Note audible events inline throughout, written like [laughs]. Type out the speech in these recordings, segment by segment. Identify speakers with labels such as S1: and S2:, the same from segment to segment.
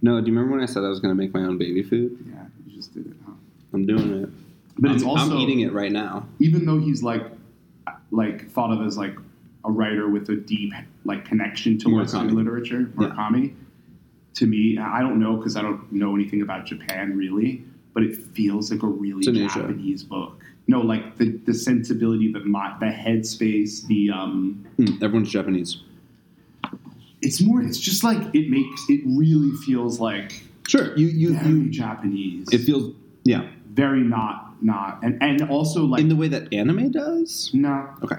S1: No, do you remember when I said I was going to make my own baby food?
S2: Yeah, you just did it, huh?
S1: I'm doing it.
S2: But it's
S1: I'm,
S2: also
S1: I'm eating it right now.
S2: even though he's like like thought of as like a writer with a deep like connection to
S1: Murakami.
S2: Western literature,
S1: Yeah.
S2: Murakami. To me, I don't know because I don't know anything about Japan really, but it feels like a really
S1: It's an Asia.
S2: Japanese book. No, like the, the sensibility, the mi- the headspace, the um,
S1: Mm, everyone's Japanese.
S2: it's more. It's just like it makes it really feels like
S1: Sure, you you
S2: very
S1: you.
S2: Japanese,
S1: It feels yeah,
S2: very not not, and and also like
S1: in the way that anime does.
S2: no,
S1: Okay,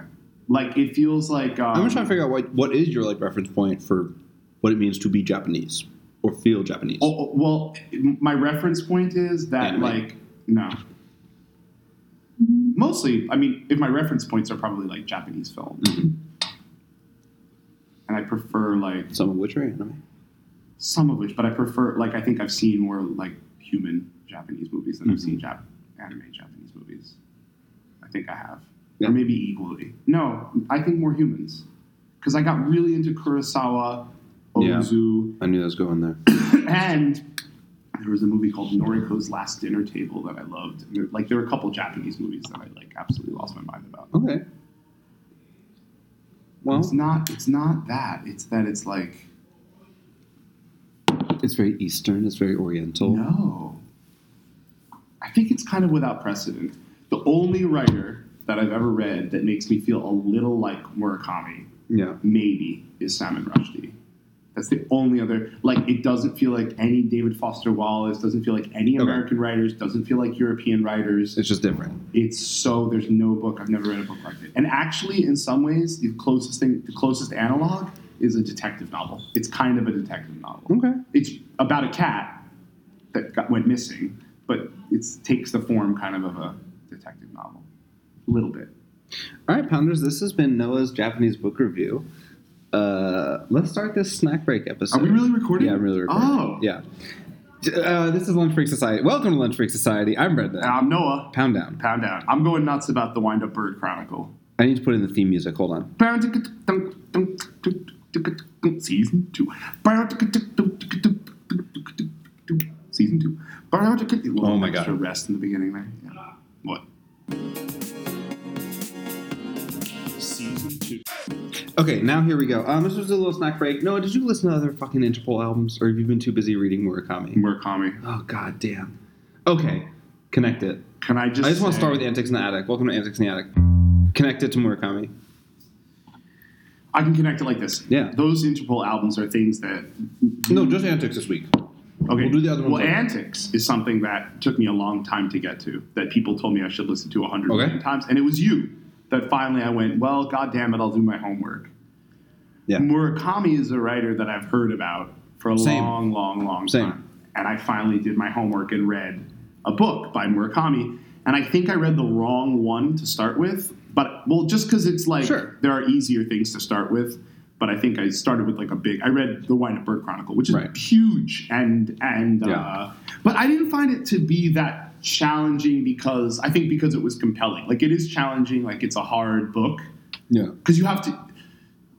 S2: like it feels like um,
S1: I'm just trying to figure out what what is your like reference point for what it means to be Japanese or feel Japanese.
S2: Oh, oh, well, my reference point is that
S1: Anime.
S2: like no. Mostly, I mean, if my reference points are probably like Japanese film,
S1: Mhm.
S2: and I prefer like
S1: Some of which are anime.
S2: some of which, but I prefer like I think I've seen more like human Japanese movies than I've
S1: Mhm.
S2: seen Jap- anime Japanese movies. I think I have,
S1: Yeah.
S2: or maybe equally. No, I think more humans, because I got really into Kurosawa,
S1: Yeah.
S2: Ozu,
S1: I knew that was going there.
S2: [clears throat] and there was a movie called Noriko's Last Dinner Table that I loved. And there, like there were a couple Japanese movies that I like absolutely lost my mind about.
S1: Okay.
S2: it's
S1: Well,
S2: not it's not that. It's that it's like
S1: it's very Eastern. It's very Oriental.
S2: no. I think it's kind of without precedent. The only writer that I've ever read that makes me feel a little like Murakami
S1: Yeah.
S2: maybe is Salman Rushdie. That's the only other. Like, it doesn't feel like any David Foster Wallace, doesn't feel like any
S1: Okay.
S2: American writers, doesn't feel like European writers.
S1: It's just different.
S2: It's so there's no book I've never read a book like it. And actually, in some ways, the closest thing, the closest analog is a detective novel. It's kind of a detective novel.
S1: Okay.
S2: It's about a cat that got, went missing, but it takes the form kind of of a detective novel, a little bit.
S1: All right, Pounders. This has been Noah's Japanese book review. Uh, let's start this snack break episode.
S2: Are we really recording?
S1: Yeah, I'm really recording.
S2: Oh,
S1: Yeah. J- Uh, this is Lunch Break Society. Welcome to Lunch Break Society. I'm Brendan.
S2: And I'm Um, Noah.
S1: Pound down.
S2: Pound down. I'm going nuts about the Wind Up Bird Chronicle.
S1: I need to put in the theme music. Hold on.
S2: Season two. Season two.
S1: Oh my
S2: Extra
S1: God.
S2: Rest in the beginning there. Yeah. What? Season two.
S1: Okay, now here we go. Um, this was a little snack break. Noah, did you listen to other fucking Interpol albums, or have you been too busy reading Murakami?
S2: Murakami.
S1: Oh god damn. Okay, connect it.
S2: Can I just?
S1: I just want
S2: say-
S1: to start with Antics in the Attic. Welcome to Antics in the Attic. Connect it to Murakami.
S2: I can connect it like this.
S1: Yeah.
S2: Those Interpol albums are things that.
S1: No, just Antics this week.
S2: Okay.
S1: We'll do the other ones
S2: Well,
S1: later.
S2: Antics is something that took me a long time to get to. That people told me I should listen to a hundred
S1: Okay.
S2: million times, and it was you that finally I went. Well, God damn it, I'll do my homework.
S1: Yeah.
S2: Murakami is a writer that I've heard about for a
S1: Same.
S2: long, long, long
S1: Same.
S2: time. And I finally did my homework and read a book by Murakami. And I think I read the wrong one to start with, but well, just because it's like
S1: Sure.
S2: there are easier things to start with. But I think I started with like a big. I read the Wind Up Bird Chronicle, which is
S1: Right.
S2: huge, and and
S1: Yeah.
S2: uh, but I didn't find it to be that challenging because I think because it was compelling. Like it is challenging. Like it's a hard book
S1: Yeah.
S2: because you have to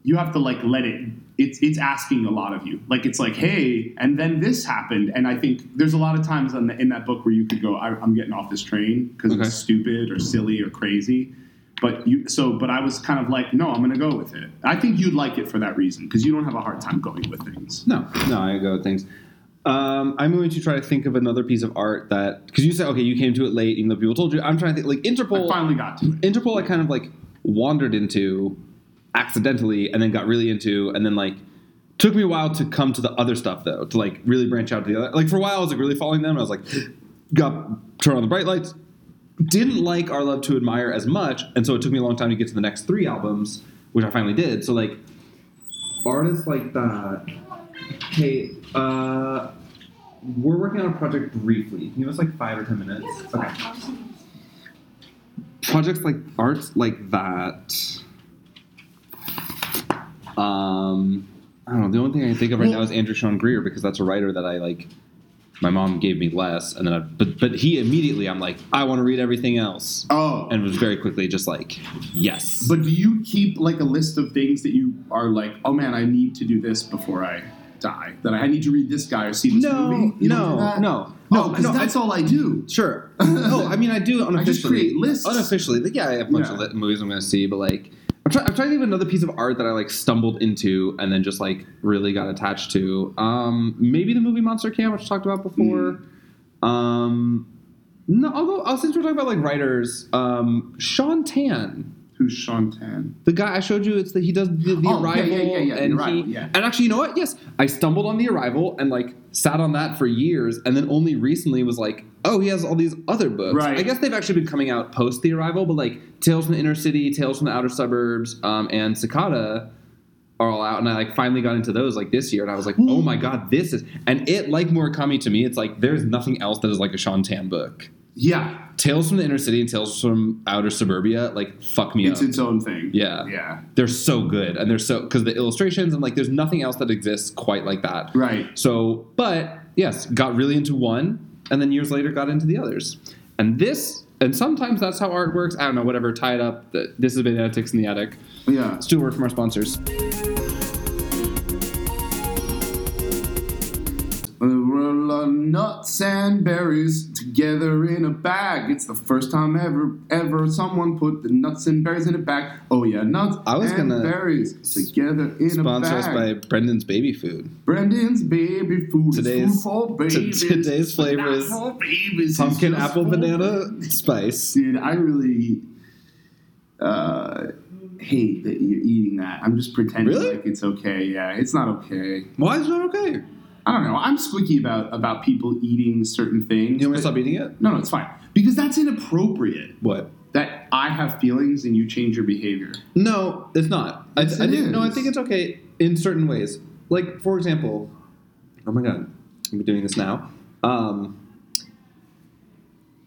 S2: you have to like let it it's it's asking a lot of you like it's like hey and then this happened and i think there's a lot of times on the, in that book where you could go I, i'm getting off this train because
S1: Okay.
S2: it's stupid or silly or crazy but you so but i was kind of like no i'm gonna go with it i think you'd like it for that reason because you don't have a hard time going with things
S1: No, no, I go with things. Um, I'm going to try to think of another piece of art that because you said okay, you came to it late, even though people told you. I'm trying to think like
S2: i
S1: Interpol.
S2: finally got to it
S1: Interpol, I kind of like wandered into accidentally, and then got really into, and then like took me a while to come to the other stuff though, to like really branch out to the other. Like for a while, I was like really following them. And I was like, got turn on the bright lights. Didn't like Our Love to Admire as much, and so it took me a long time to get to the next three albums, which I finally did. So like artists like that. Hey, uh, we're working on a project briefly. Can you give us like five or ten minutes? Okay projects like arts like that. Um, I don't know. The only thing I can think of right
S2: Well-
S1: now is Andrew Sean Greer because that's a writer that I like. My mom gave me less, and then I, but but he immediately I'm like I want to read everything else,
S2: oh
S1: and was very quickly just like yes.
S2: but do you keep like a list of things that you are like oh man i need to do this before i die. That I need to read this guy or see this
S1: No,
S2: movie. You
S1: no,
S2: don't do that?
S1: no.
S2: no,
S1: No,
S2: because
S1: no, I-
S2: that's all I do.
S1: [laughs] Sure. No, Oh,
S2: [laughs]
S1: I mean I do unofficially.
S2: just create lists.
S1: Unofficially, like, yeah, I have a bunch
S2: Yeah.
S1: of lit movies I'm going to see, but like I'm, try- I'm trying to think of another piece of art that I like stumbled into and then just like really got attached to. Um, maybe the movie Monster Camp, which I talked about before.
S2: Mm.
S1: Um, no, although uh, since we're talking about like writers, um, Sean Tan.
S2: Who's Sean Tan?
S1: The guy I showed you, it's the he does the, the
S2: Oh, yeah,
S1: arrival,
S2: yeah, yeah, yeah, The
S1: and
S2: Arrival,
S1: he,
S2: yeah.
S1: and actually, you know what? Yes, I stumbled on the arrival and like sat on that for years, and then only recently was like, oh, he has all these other books.
S2: Right.
S1: I guess they've actually been coming out post the arrival, but like Tales from the Inner City, Tales from the Outer Suburbs, um, and Cicada are all out, and I like finally got into those like this year, and I was like, oh my god, this is and it like Murakami to me, it's like there's nothing else that is like a Sean Tan book.
S2: Yeah,
S1: Tales from the Inner City and Tales from Outer Suburbia, like fuck me
S2: it's
S1: up
S2: its own thing.
S1: Yeah.
S2: yeah,
S1: they're so good and they're so because the illustrations and like there's nothing else that exists quite like that
S2: right.
S1: so but yes got really into one and then years later got into the others and this and sometimes that's how art works i don't know whatever tie it up Th- this has been antics in the attic
S2: Yeah.
S1: still work from our sponsors
S2: Uh, roll our nuts and berries together in a bag. It's the first time ever, ever someone put the nuts and berries in a bag. Oh yeah, nuts
S1: I was
S2: and
S1: gonna
S2: berries together in a
S1: sponsor
S2: bag.
S1: us by brendan's baby food
S2: Brendan's baby food.
S1: Today's-
S2: is food for
S1: t-
S2: babies.
S1: today's flavor
S2: Not
S1: is
S2: for babies. It's
S1: pumpkin
S2: just
S1: apple
S2: for-
S1: banana spice
S2: Dude, I really uh, hate that you're eating that. I'm just pretending
S1: Really?
S2: like it's okay. Yeah, it's not okay.
S1: why is that okay
S2: I don't know. I'm squeaky about about people eating certain things.
S1: you want me
S2: but-
S1: to stop eating it
S2: No, no, it's fine. Because that's inappropriate.
S1: what
S2: That I have feelings and you change your behavior.
S1: No, it's not. I,
S2: Yes,
S1: I
S2: it
S1: think, No, I
S2: is.
S1: think it's okay in certain ways. Like, for example, oh my god, I'm doing this now. Um,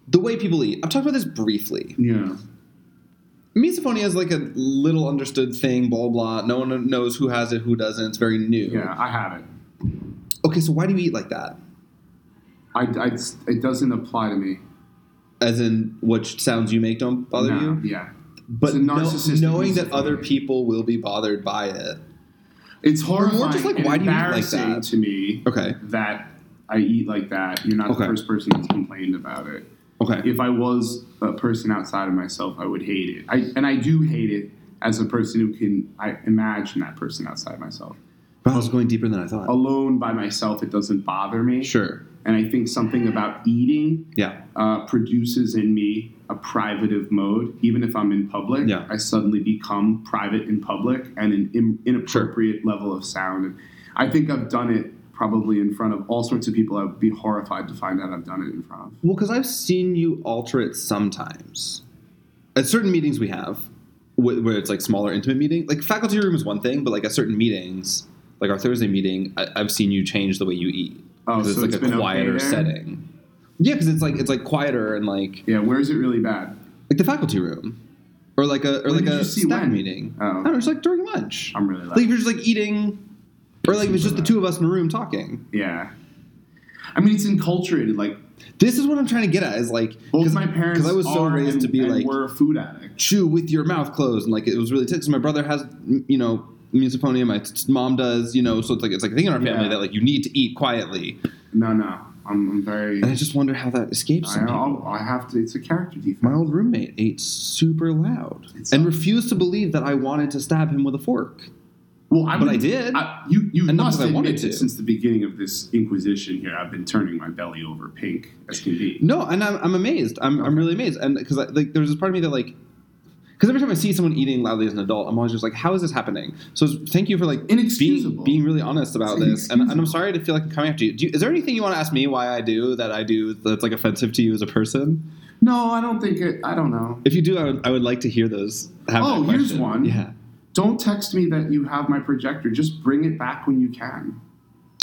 S1: the way people eat. I've talked about this briefly.
S2: Yeah.
S1: Misophonia is like a little understood thing, blah, blah. No one knows who has it, who doesn't. It's very new.
S2: Yeah, I have it.
S1: Okay, so why do you eat like that?
S2: I, I- it doesn't apply to me.
S1: As in, what sounds you make don't bother
S2: No,
S1: you?
S2: Yeah.
S1: But
S2: It's a
S1: kno-
S2: narcissistic
S1: knowing that
S2: misophonia.
S1: other people will be bothered by it.
S2: It's
S1: more
S2: horrifying
S1: just like,
S2: and
S1: why do you eat like
S2: embarrassing
S1: that?
S2: to me
S1: Okay,
S2: that I eat like that. You're not
S1: Okay.
S2: the first person that's complained about it.
S1: okay.
S2: If I was a person outside of myself, I would hate it. I, and I do hate it as a person who can I imagine that person outside myself.
S1: Wow, I was going deeper than I thought.
S2: Alone by myself, it doesn't bother me.
S1: Sure.
S2: And I think something about eating
S1: Yeah.
S2: uh, produces in me a privative mode. Even if I'm in public,
S1: Yeah.
S2: I suddenly become private in public and an in, inappropriate level of sound. And I think I've done it probably in front of all sorts of people. I would be horrified to find out I've done it in front of.
S1: Well, because I've seen you alter it sometimes. At certain meetings we have, wh- where it's like smaller, intimate meeting. Like faculty room is one thing, but like at certain meetings, like our Thursday meeting, I- I've seen you change the way you eat.
S2: Oh,
S1: 'Cause
S2: so
S1: it's
S2: it's
S1: like
S2: been
S1: a
S2: okay
S1: quieter
S2: there?
S1: setting. Yeah, because it's like it's like quieter and like
S2: Yeah, where is it really bad?
S1: like the faculty room, or like a or
S2: When
S1: like
S2: did
S1: a
S2: you see
S1: staff
S2: when?
S1: meeting.
S2: Oh.
S1: I don't know, it's like during lunch.
S2: I'm really
S1: like if
S2: loud.
S1: you're just like eating, or like if it's just the two of us in a room talking.
S2: Yeah. I mean, it's enculturated. Like
S1: This is what I'm trying to get at is like
S2: both
S1: 'cause-
S2: my parents
S1: 'cause I was so
S2: are
S1: raised
S2: and,
S1: to be
S2: and
S1: like
S2: were food addicts.
S1: chew with your mouth closed, and like it was really tense. My brother has, m- you know, misophonia. My t- mom does, you know. So it's like it's like a thing in our family
S2: Yeah.
S1: that like you need to eat quietly.
S2: No, no, I'm, I'm very.
S1: And I just wonder how that escapes.
S2: I,
S1: Some people.
S2: I'll- I have to. It's a character defect.
S1: My old roommate ate super loud
S2: It's-
S1: and refused to believe that I wanted to stab him with a fork.
S2: Well, I
S1: But I
S2: would-
S1: did.
S2: I, you you
S1: And not
S2: must
S1: because I
S2: admit
S1: wanted
S2: that
S1: to.
S2: since the beginning of this inquisition here, I've been turning my belly over pink as can be.
S1: No, and I'm, I'm amazed. I'm, I'm really amazed, and because like there's this part of me that like. Because every time I see someone eating loudly as an adult, I'm always just like, "How is this happening?" So it's- thank you for like being,
S2: Inexcusable.
S1: being really honest about
S2: It's
S1: this, and, and I'm
S2: inexcusable.
S1: sorry to feel like I'm coming after you. Do you. Is there anything you want to ask me why I do that I do that's like offensive to you as a person?
S2: No, I don't think it. I don't know.
S1: If you do, I would, I would like to hear those. Have
S2: Oh,
S1: that
S2: here's
S1: question.
S2: one.
S1: Yeah.
S2: Don't text me that you have my projector. Just bring it back when you can.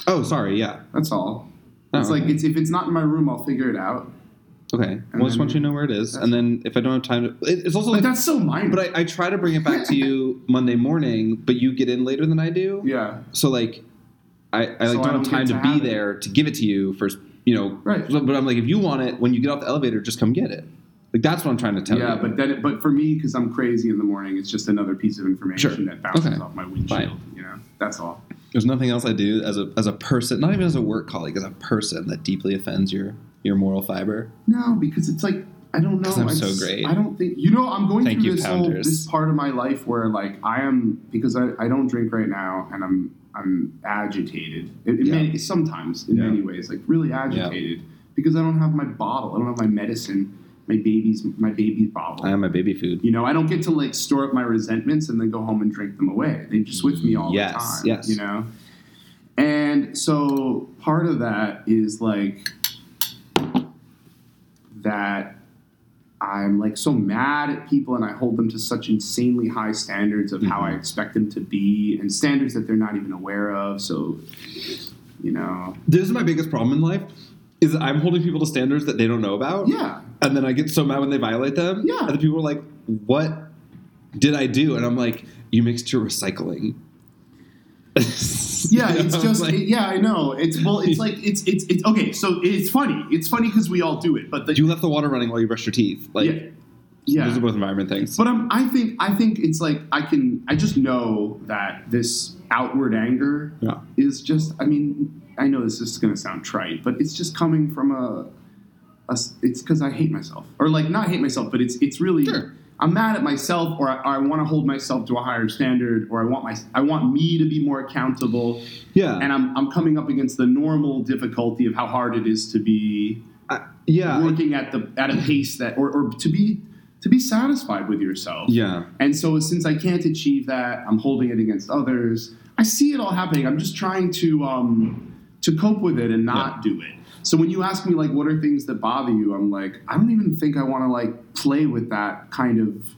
S1: Oh, sorry. Yeah.
S2: That's all.
S1: Oh,
S2: It's like
S1: okay.
S2: it's if it's not in my room, I'll figure it out.
S1: okay. Well, I just
S2: then-
S1: want you to know where it is, and then if I don't have time to, it, it's also
S2: But
S1: like.
S2: that's so minor.
S1: But I, I try to bring it back to
S2: [laughs]
S1: you Monday morning, but you get in later than I do.
S2: yeah.
S1: so like I, I like
S2: So
S1: don't,
S2: I don't
S1: have time to,
S2: get to
S1: be
S2: have it.
S1: there to give it to you for you know
S2: Right.
S1: so- but I'm like if you want it when you get off the elevator just come get it Like that's what I'm trying to tell
S2: yeah,
S1: you.
S2: but then, but for me, because I'm crazy in the morning, it's just another piece of information
S1: Sure.
S2: that bounces
S1: Okay.
S2: off my windshield.
S1: Fine.
S2: You know, that's all.
S1: There's nothing else I do as a as a person, not even as a work colleague, as a person that deeply offends your your moral fiber.
S2: No, because it's like I don't know.
S1: 'Cause I'm
S2: I
S1: so
S2: just-
S1: great.
S2: I don't think you know. I'm going
S1: Thank
S2: through
S1: you,
S2: this whole
S1: Pounders.
S2: this part of my life where like I am because I, I don't drink right now and I'm I'm agitated. It, it
S1: Yeah.
S2: may, sometimes in
S1: Yeah.
S2: many ways like really agitated because I don't have my bottle. I don't have my medicine. My baby's my baby's bottle.
S1: I am a baby food.
S2: you know, I don't get to like store up my resentments and then go home and drink them away. They just with me all
S1: Yes,
S2: the time.
S1: yes.
S2: You know? And so part of that is like that I'm like so mad at people and I hold them to such insanely high standards of
S1: Mm-hmm.
S2: how I expect them to be and standards that they're not even aware of. So you know.
S1: This is my biggest problem in life. Is that I'm holding people to standards that they don't know about.
S2: Yeah.
S1: And then I get so mad when they violate them.
S2: Yeah.
S1: And the people are like, what did I do? And I'm like, you mixed your recycling.
S2: Yeah,
S1: [laughs] You know,
S2: it's just
S1: like,
S2: it- yeah, I know. It's well, it's like it's it's it's okay. So it's funny. It's funny because we all do it, but the
S1: you left the water running while you brushed your teeth. Like
S2: yeah,
S1: those are
S2: yeah.
S1: both environment things.
S2: But I'm, I think I think it's like I can I just know that this outward anger
S1: yeah.
S2: is just I mean I know this is going to sound trite, but it's just coming from a, a s- it's because I hate myself or like not hate myself, but it's it's really
S1: Sure.
S2: I'm mad at myself or I, or I want to hold myself to a higher standard or I want my I want me to be more accountable
S1: Yeah.
S2: and I'm I'm coming up against the normal difficulty of how hard it is to be
S1: I- yeah. I-
S2: working at the at a pace that or, or to be to be satisfied with yourself.
S1: yeah.
S2: And so since I can't achieve that, I'm holding it against others. I see it all happening. I'm just trying to um, to cope with it and not do it. So when you ask me like what are things that bother you, I'm like, I don't even think I want to like play with that kind of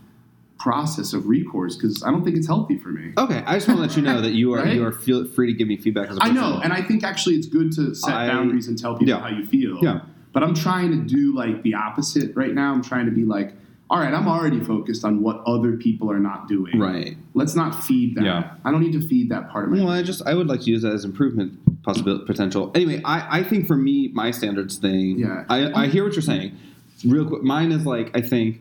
S2: process of recourse because I don't think it's healthy for me.
S1: Okay, I just want to let you know that you are
S2: Right?
S1: you are feel, free to give me feedback as a
S2: I
S1: person.
S2: know, and I think actually it's good to set
S1: I-
S2: boundaries and tell people
S1: Yeah.
S2: how you feel.
S1: Yeah.
S2: But I'm trying to do like the opposite right now. I'm trying to be like, all right, I'm already focused on what other people are not doing.
S1: right.
S2: Let's not feed that.
S1: Yeah.
S2: I don't need to feed that part of
S1: Well,
S2: me.
S1: I just I would like to use that as improvement possibility potential. Anyway, I I think for me my standards thing.
S2: Yeah.
S1: I I hear what you're saying. Real quick, mine is like I think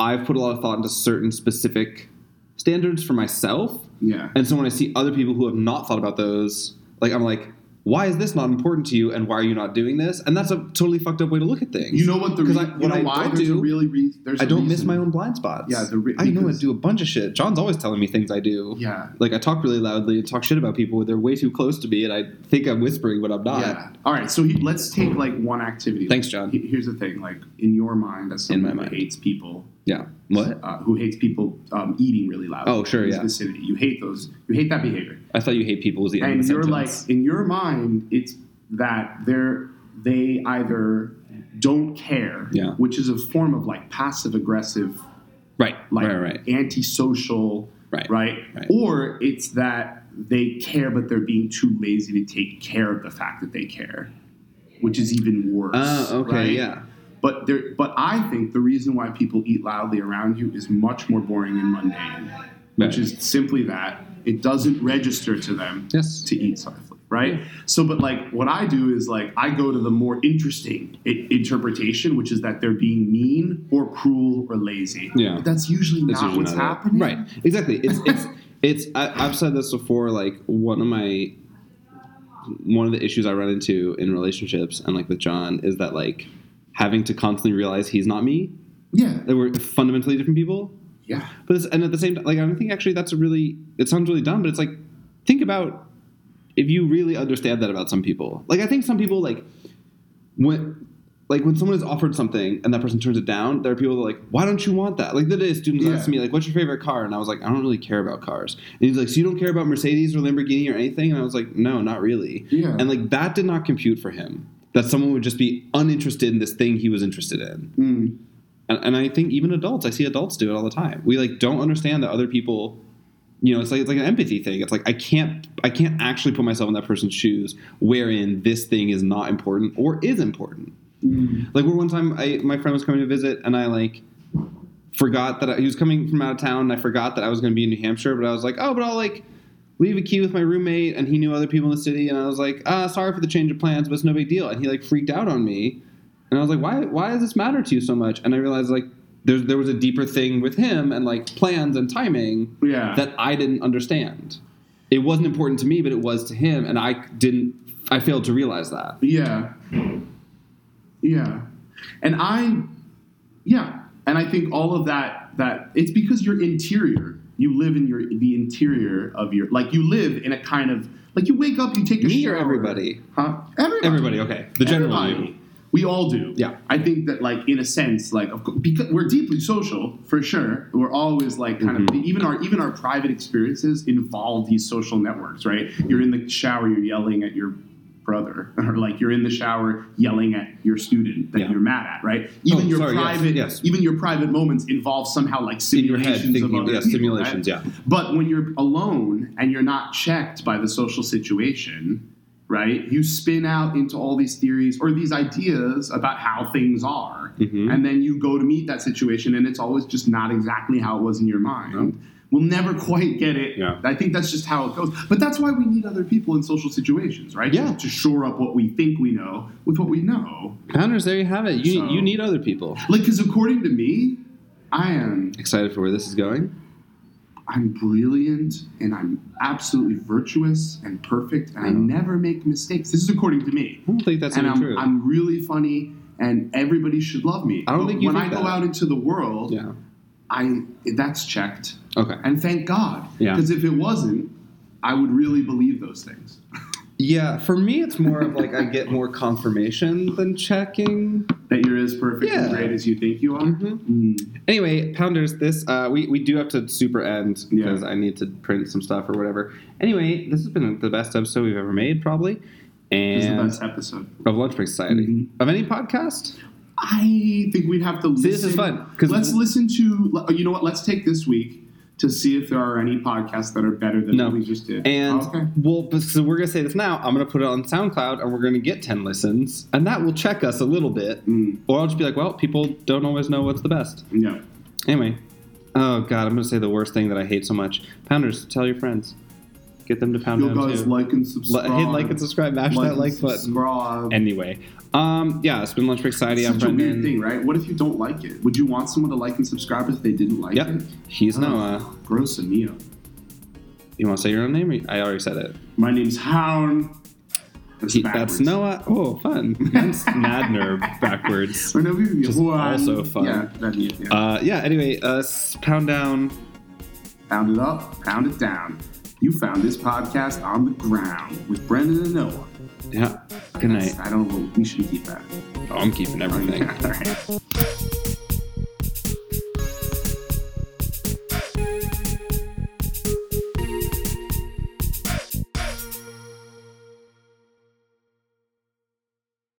S1: I've put a lot of thought into certain specific standards for myself.
S2: Yeah.
S1: And so when I see other people who have not thought about those, like I'm like, why is this not important to you, and why are you not doing this? And that's a totally fucked up way to look at things.
S2: You know what the
S1: 'Cause
S2: re-
S1: I-
S2: you
S1: what
S2: know
S1: I
S2: why
S1: don't
S2: there's a
S1: do-
S2: really re- there's
S1: I
S2: a
S1: don't miss
S2: reason.
S1: my own blind spots.
S2: Yeah, the re-
S1: I know I
S2: because-
S1: do a bunch of shit. John's always telling me things I do.
S2: Yeah.
S1: Like I talk really loudly and talk shit about people when they're way too close to me, and I think I'm whispering, but I'm not.
S2: Yeah. All right. So he, let's take like one activity.
S1: Thanks, John.
S2: He- Here's the thing. Like in your mind, as
S1: In my
S2: someone who
S1: mind.
S2: hates people,
S1: Yeah. What?
S2: uh, who hates people um, eating really loud.
S1: Oh, sure,
S2: in his
S1: yeah.
S2: Vicinity. You hate those. You hate that behavior.
S1: I thought you hate people was the end
S2: and
S1: of the
S2: you're like
S1: sentence.
S2: in your mind it's that they're they either don't care
S1: Yeah.
S2: which is a form of like passive aggressive
S1: right,
S2: like
S1: right, right,
S2: antisocial
S1: Right, right.
S2: or it's that they care but they're being too lazy to take care of the fact that they care which is even worse
S1: Oh, okay,
S2: right?
S1: yeah.
S2: but there but i think the reason why people eat loudly around you is much more boring and mundane which
S1: Right.
S2: is simply that it doesn't register to them
S1: Yes.
S2: to eat softly, right? So, but like what I do is like I go to the more interesting I- interpretation, which is that they're being mean or cruel or lazy.
S1: Yeah.
S2: but that's usually
S1: That's
S2: not
S1: usually
S2: what's
S1: not it.
S2: happening.
S1: Right. Exactly. It's
S2: [laughs]
S1: it's it's I, I've said this before. Like one of my one of the issues I run into in relationships and like with John is that like having to constantly realize he's not me.
S2: Yeah.
S1: That we're fundamentally different people.
S2: Yeah.
S1: But it's, and at the same time, like I don't think actually that's a really. It sounds really dumb, but it's like think about if you really understand that about some people. Like I think some people like when like when someone is offered something and that person turns it down, there are people that are like, why don't you want that? Like the other day, students
S2: Yeah.
S1: asked me like, what's your favorite car? And I was like, I don't really care about cars. And he's like, so you don't care about Mercedes or Lamborghini or anything? And I was like, no, not really.
S2: Yeah.
S1: And like that did not compute for him. That someone would just be uninterested in this thing he was interested in
S2: Mm.
S1: and, and I think even adults, I see adults do it all the time. We like don't understand that other people, you know, it's like it's like an empathy thing. It's like I can't I can't actually put myself in that person's shoes wherein this thing is not important or is important. Like where one time I my friend was coming to visit and I like forgot that I, he was coming from out of town and I forgot that I was going to be in New Hampshire, but I was like, oh, but I'll like leave a key with my roommate and he knew other people in the city and I was like, ah, sorry for the change of plans, but it's no big deal. And he like freaked out on me. And I was like, why why does this matter to you so much? And I realized like there, there was a deeper thing with him and like plans and timing
S2: Yeah.
S1: that I didn't understand. It wasn't important to me, but it was to him, and I didn't. I failed to realize that.
S2: Yeah. Yeah. And I yeah, and I think all of that that it's because you're interior. You live in your the interior of your like you live in a kind of like you wake up, you take a
S1: Me or
S2: shower.
S1: everybody?
S2: Huh? Everybody.
S1: Everybody, okay, the general
S2: Everybody.
S1: you.
S2: We all do.
S1: Yeah.
S2: I think that like in a sense, like of course, because we're deeply social for sure. We're always like kind
S1: Mm-hmm.
S2: of even our even our private experiences involve these social networks, right? You're in the shower, you're yelling at your brother, [laughs] or like you're in the shower yelling at your student that
S1: Yeah.
S2: you're mad at, right? Even
S1: Oh,
S2: your
S1: sorry, yes,
S2: private
S1: yes.
S2: even your private moments involve somehow like
S1: in your head
S2: simulations
S1: thinking,
S2: of other
S1: yeah,
S2: people,
S1: simulations,
S2: right?
S1: yeah.
S2: But when you're alone and you're not checked by the social situation, right, you spin out into all these theories or these ideas about how things are.
S1: Mhm.
S2: And then you go to meet that situation and it's always just not exactly how it was in your mind.
S1: No.
S2: We'll never quite get it.
S1: Yeah.
S2: I think that's just how it goes. But that's why we need other people in social situations, right?
S1: Yeah.
S2: To, to shore up what we think we know with what we know.
S1: Pounders, there you have it. You
S2: So-
S1: you need other people.
S2: Like, because according to me, I am
S1: Excited for where this is going.
S2: I'm brilliant and I'm absolutely virtuous and perfect and I
S1: Yeah.
S2: never make mistakes. This is according to me.
S1: I don't think that's
S2: and
S1: even
S2: I'm,
S1: true.
S2: I'm really funny and everybody should love me.
S1: I don't
S2: But
S1: think you
S2: when
S1: think
S2: I go
S1: that.
S2: out into the world,
S1: yeah.
S2: I that's checked.
S1: Okay.
S2: And thank God.
S1: Yeah.
S2: Because if it wasn't, I would really believe those things.
S1: Yeah, for me, it's more of like I get more confirmation than checking.
S2: That you're as perfect and
S1: Yeah.
S2: great as you think you are. Mm.
S1: Anyway, Pounders, this uh, we we do have to super end
S2: Yeah.
S1: because I need to print some stuff or whatever. Anyway, this has been the best episode we've ever made, probably,
S2: This is the
S1: and
S2: best episode.
S1: of Lunch Break Society
S2: Mhm.
S1: of any podcast.
S2: I think we'd have to listen.
S1: See, this is fun, 'cause-
S2: Let's listen to. le- You know what? Let's take this week to see if there are any podcasts that are better than
S1: No.
S2: what we just did.
S1: And
S2: Oh, okay.
S1: well, but- so we're gonna say this now. I'm gonna put it on SoundCloud, and we're gonna get ten listens, and that will check us a little bit.
S2: Mm,
S1: Or I'll just be like, well, people don't always know what's the best.
S2: no.
S1: Anyway, oh god, I'm gonna say the worst thing that I hate so much. Pounders, tell your friends, get them to pound
S2: You
S1: down
S2: guys
S1: too.
S2: like and
S1: Li-
S2: subscribe.
S1: hit like and subscribe, mash
S2: Like
S1: that
S2: and
S1: like button.
S2: subscribe.
S1: Anyway, um, yeah, it's been Lunch Break Society.
S2: It's
S1: I'm
S2: such a weird
S1: Brendan.
S2: thing, right? What if you don't like it? Would you want someone to like and subscribe if they didn't like
S1: Yep,
S2: it?
S1: he's
S2: Oh,
S1: Noah.
S2: Gross and Neo.
S1: You want to say your own name? Or- I already said it.
S2: My name's Hound. That's,
S1: He-
S2: backwards.
S1: that's Noah. Oh,
S2: [laughs]
S1: fun. That's Nadner backwards.
S2: Or no, maybe it'd be
S1: Just
S2: Juan.
S1: also fun.
S2: Yeah, that'd be it. Yeah.
S1: Uh, yeah. Anyway, uh, s- pound down.
S2: Pound it up, pound it down. You found this podcast on the ground with Brendan and Noah.
S1: Yeah. Good night.
S2: I don't know. We should keep that.
S1: Oh, I'm keeping everything.
S2: [laughs] All right.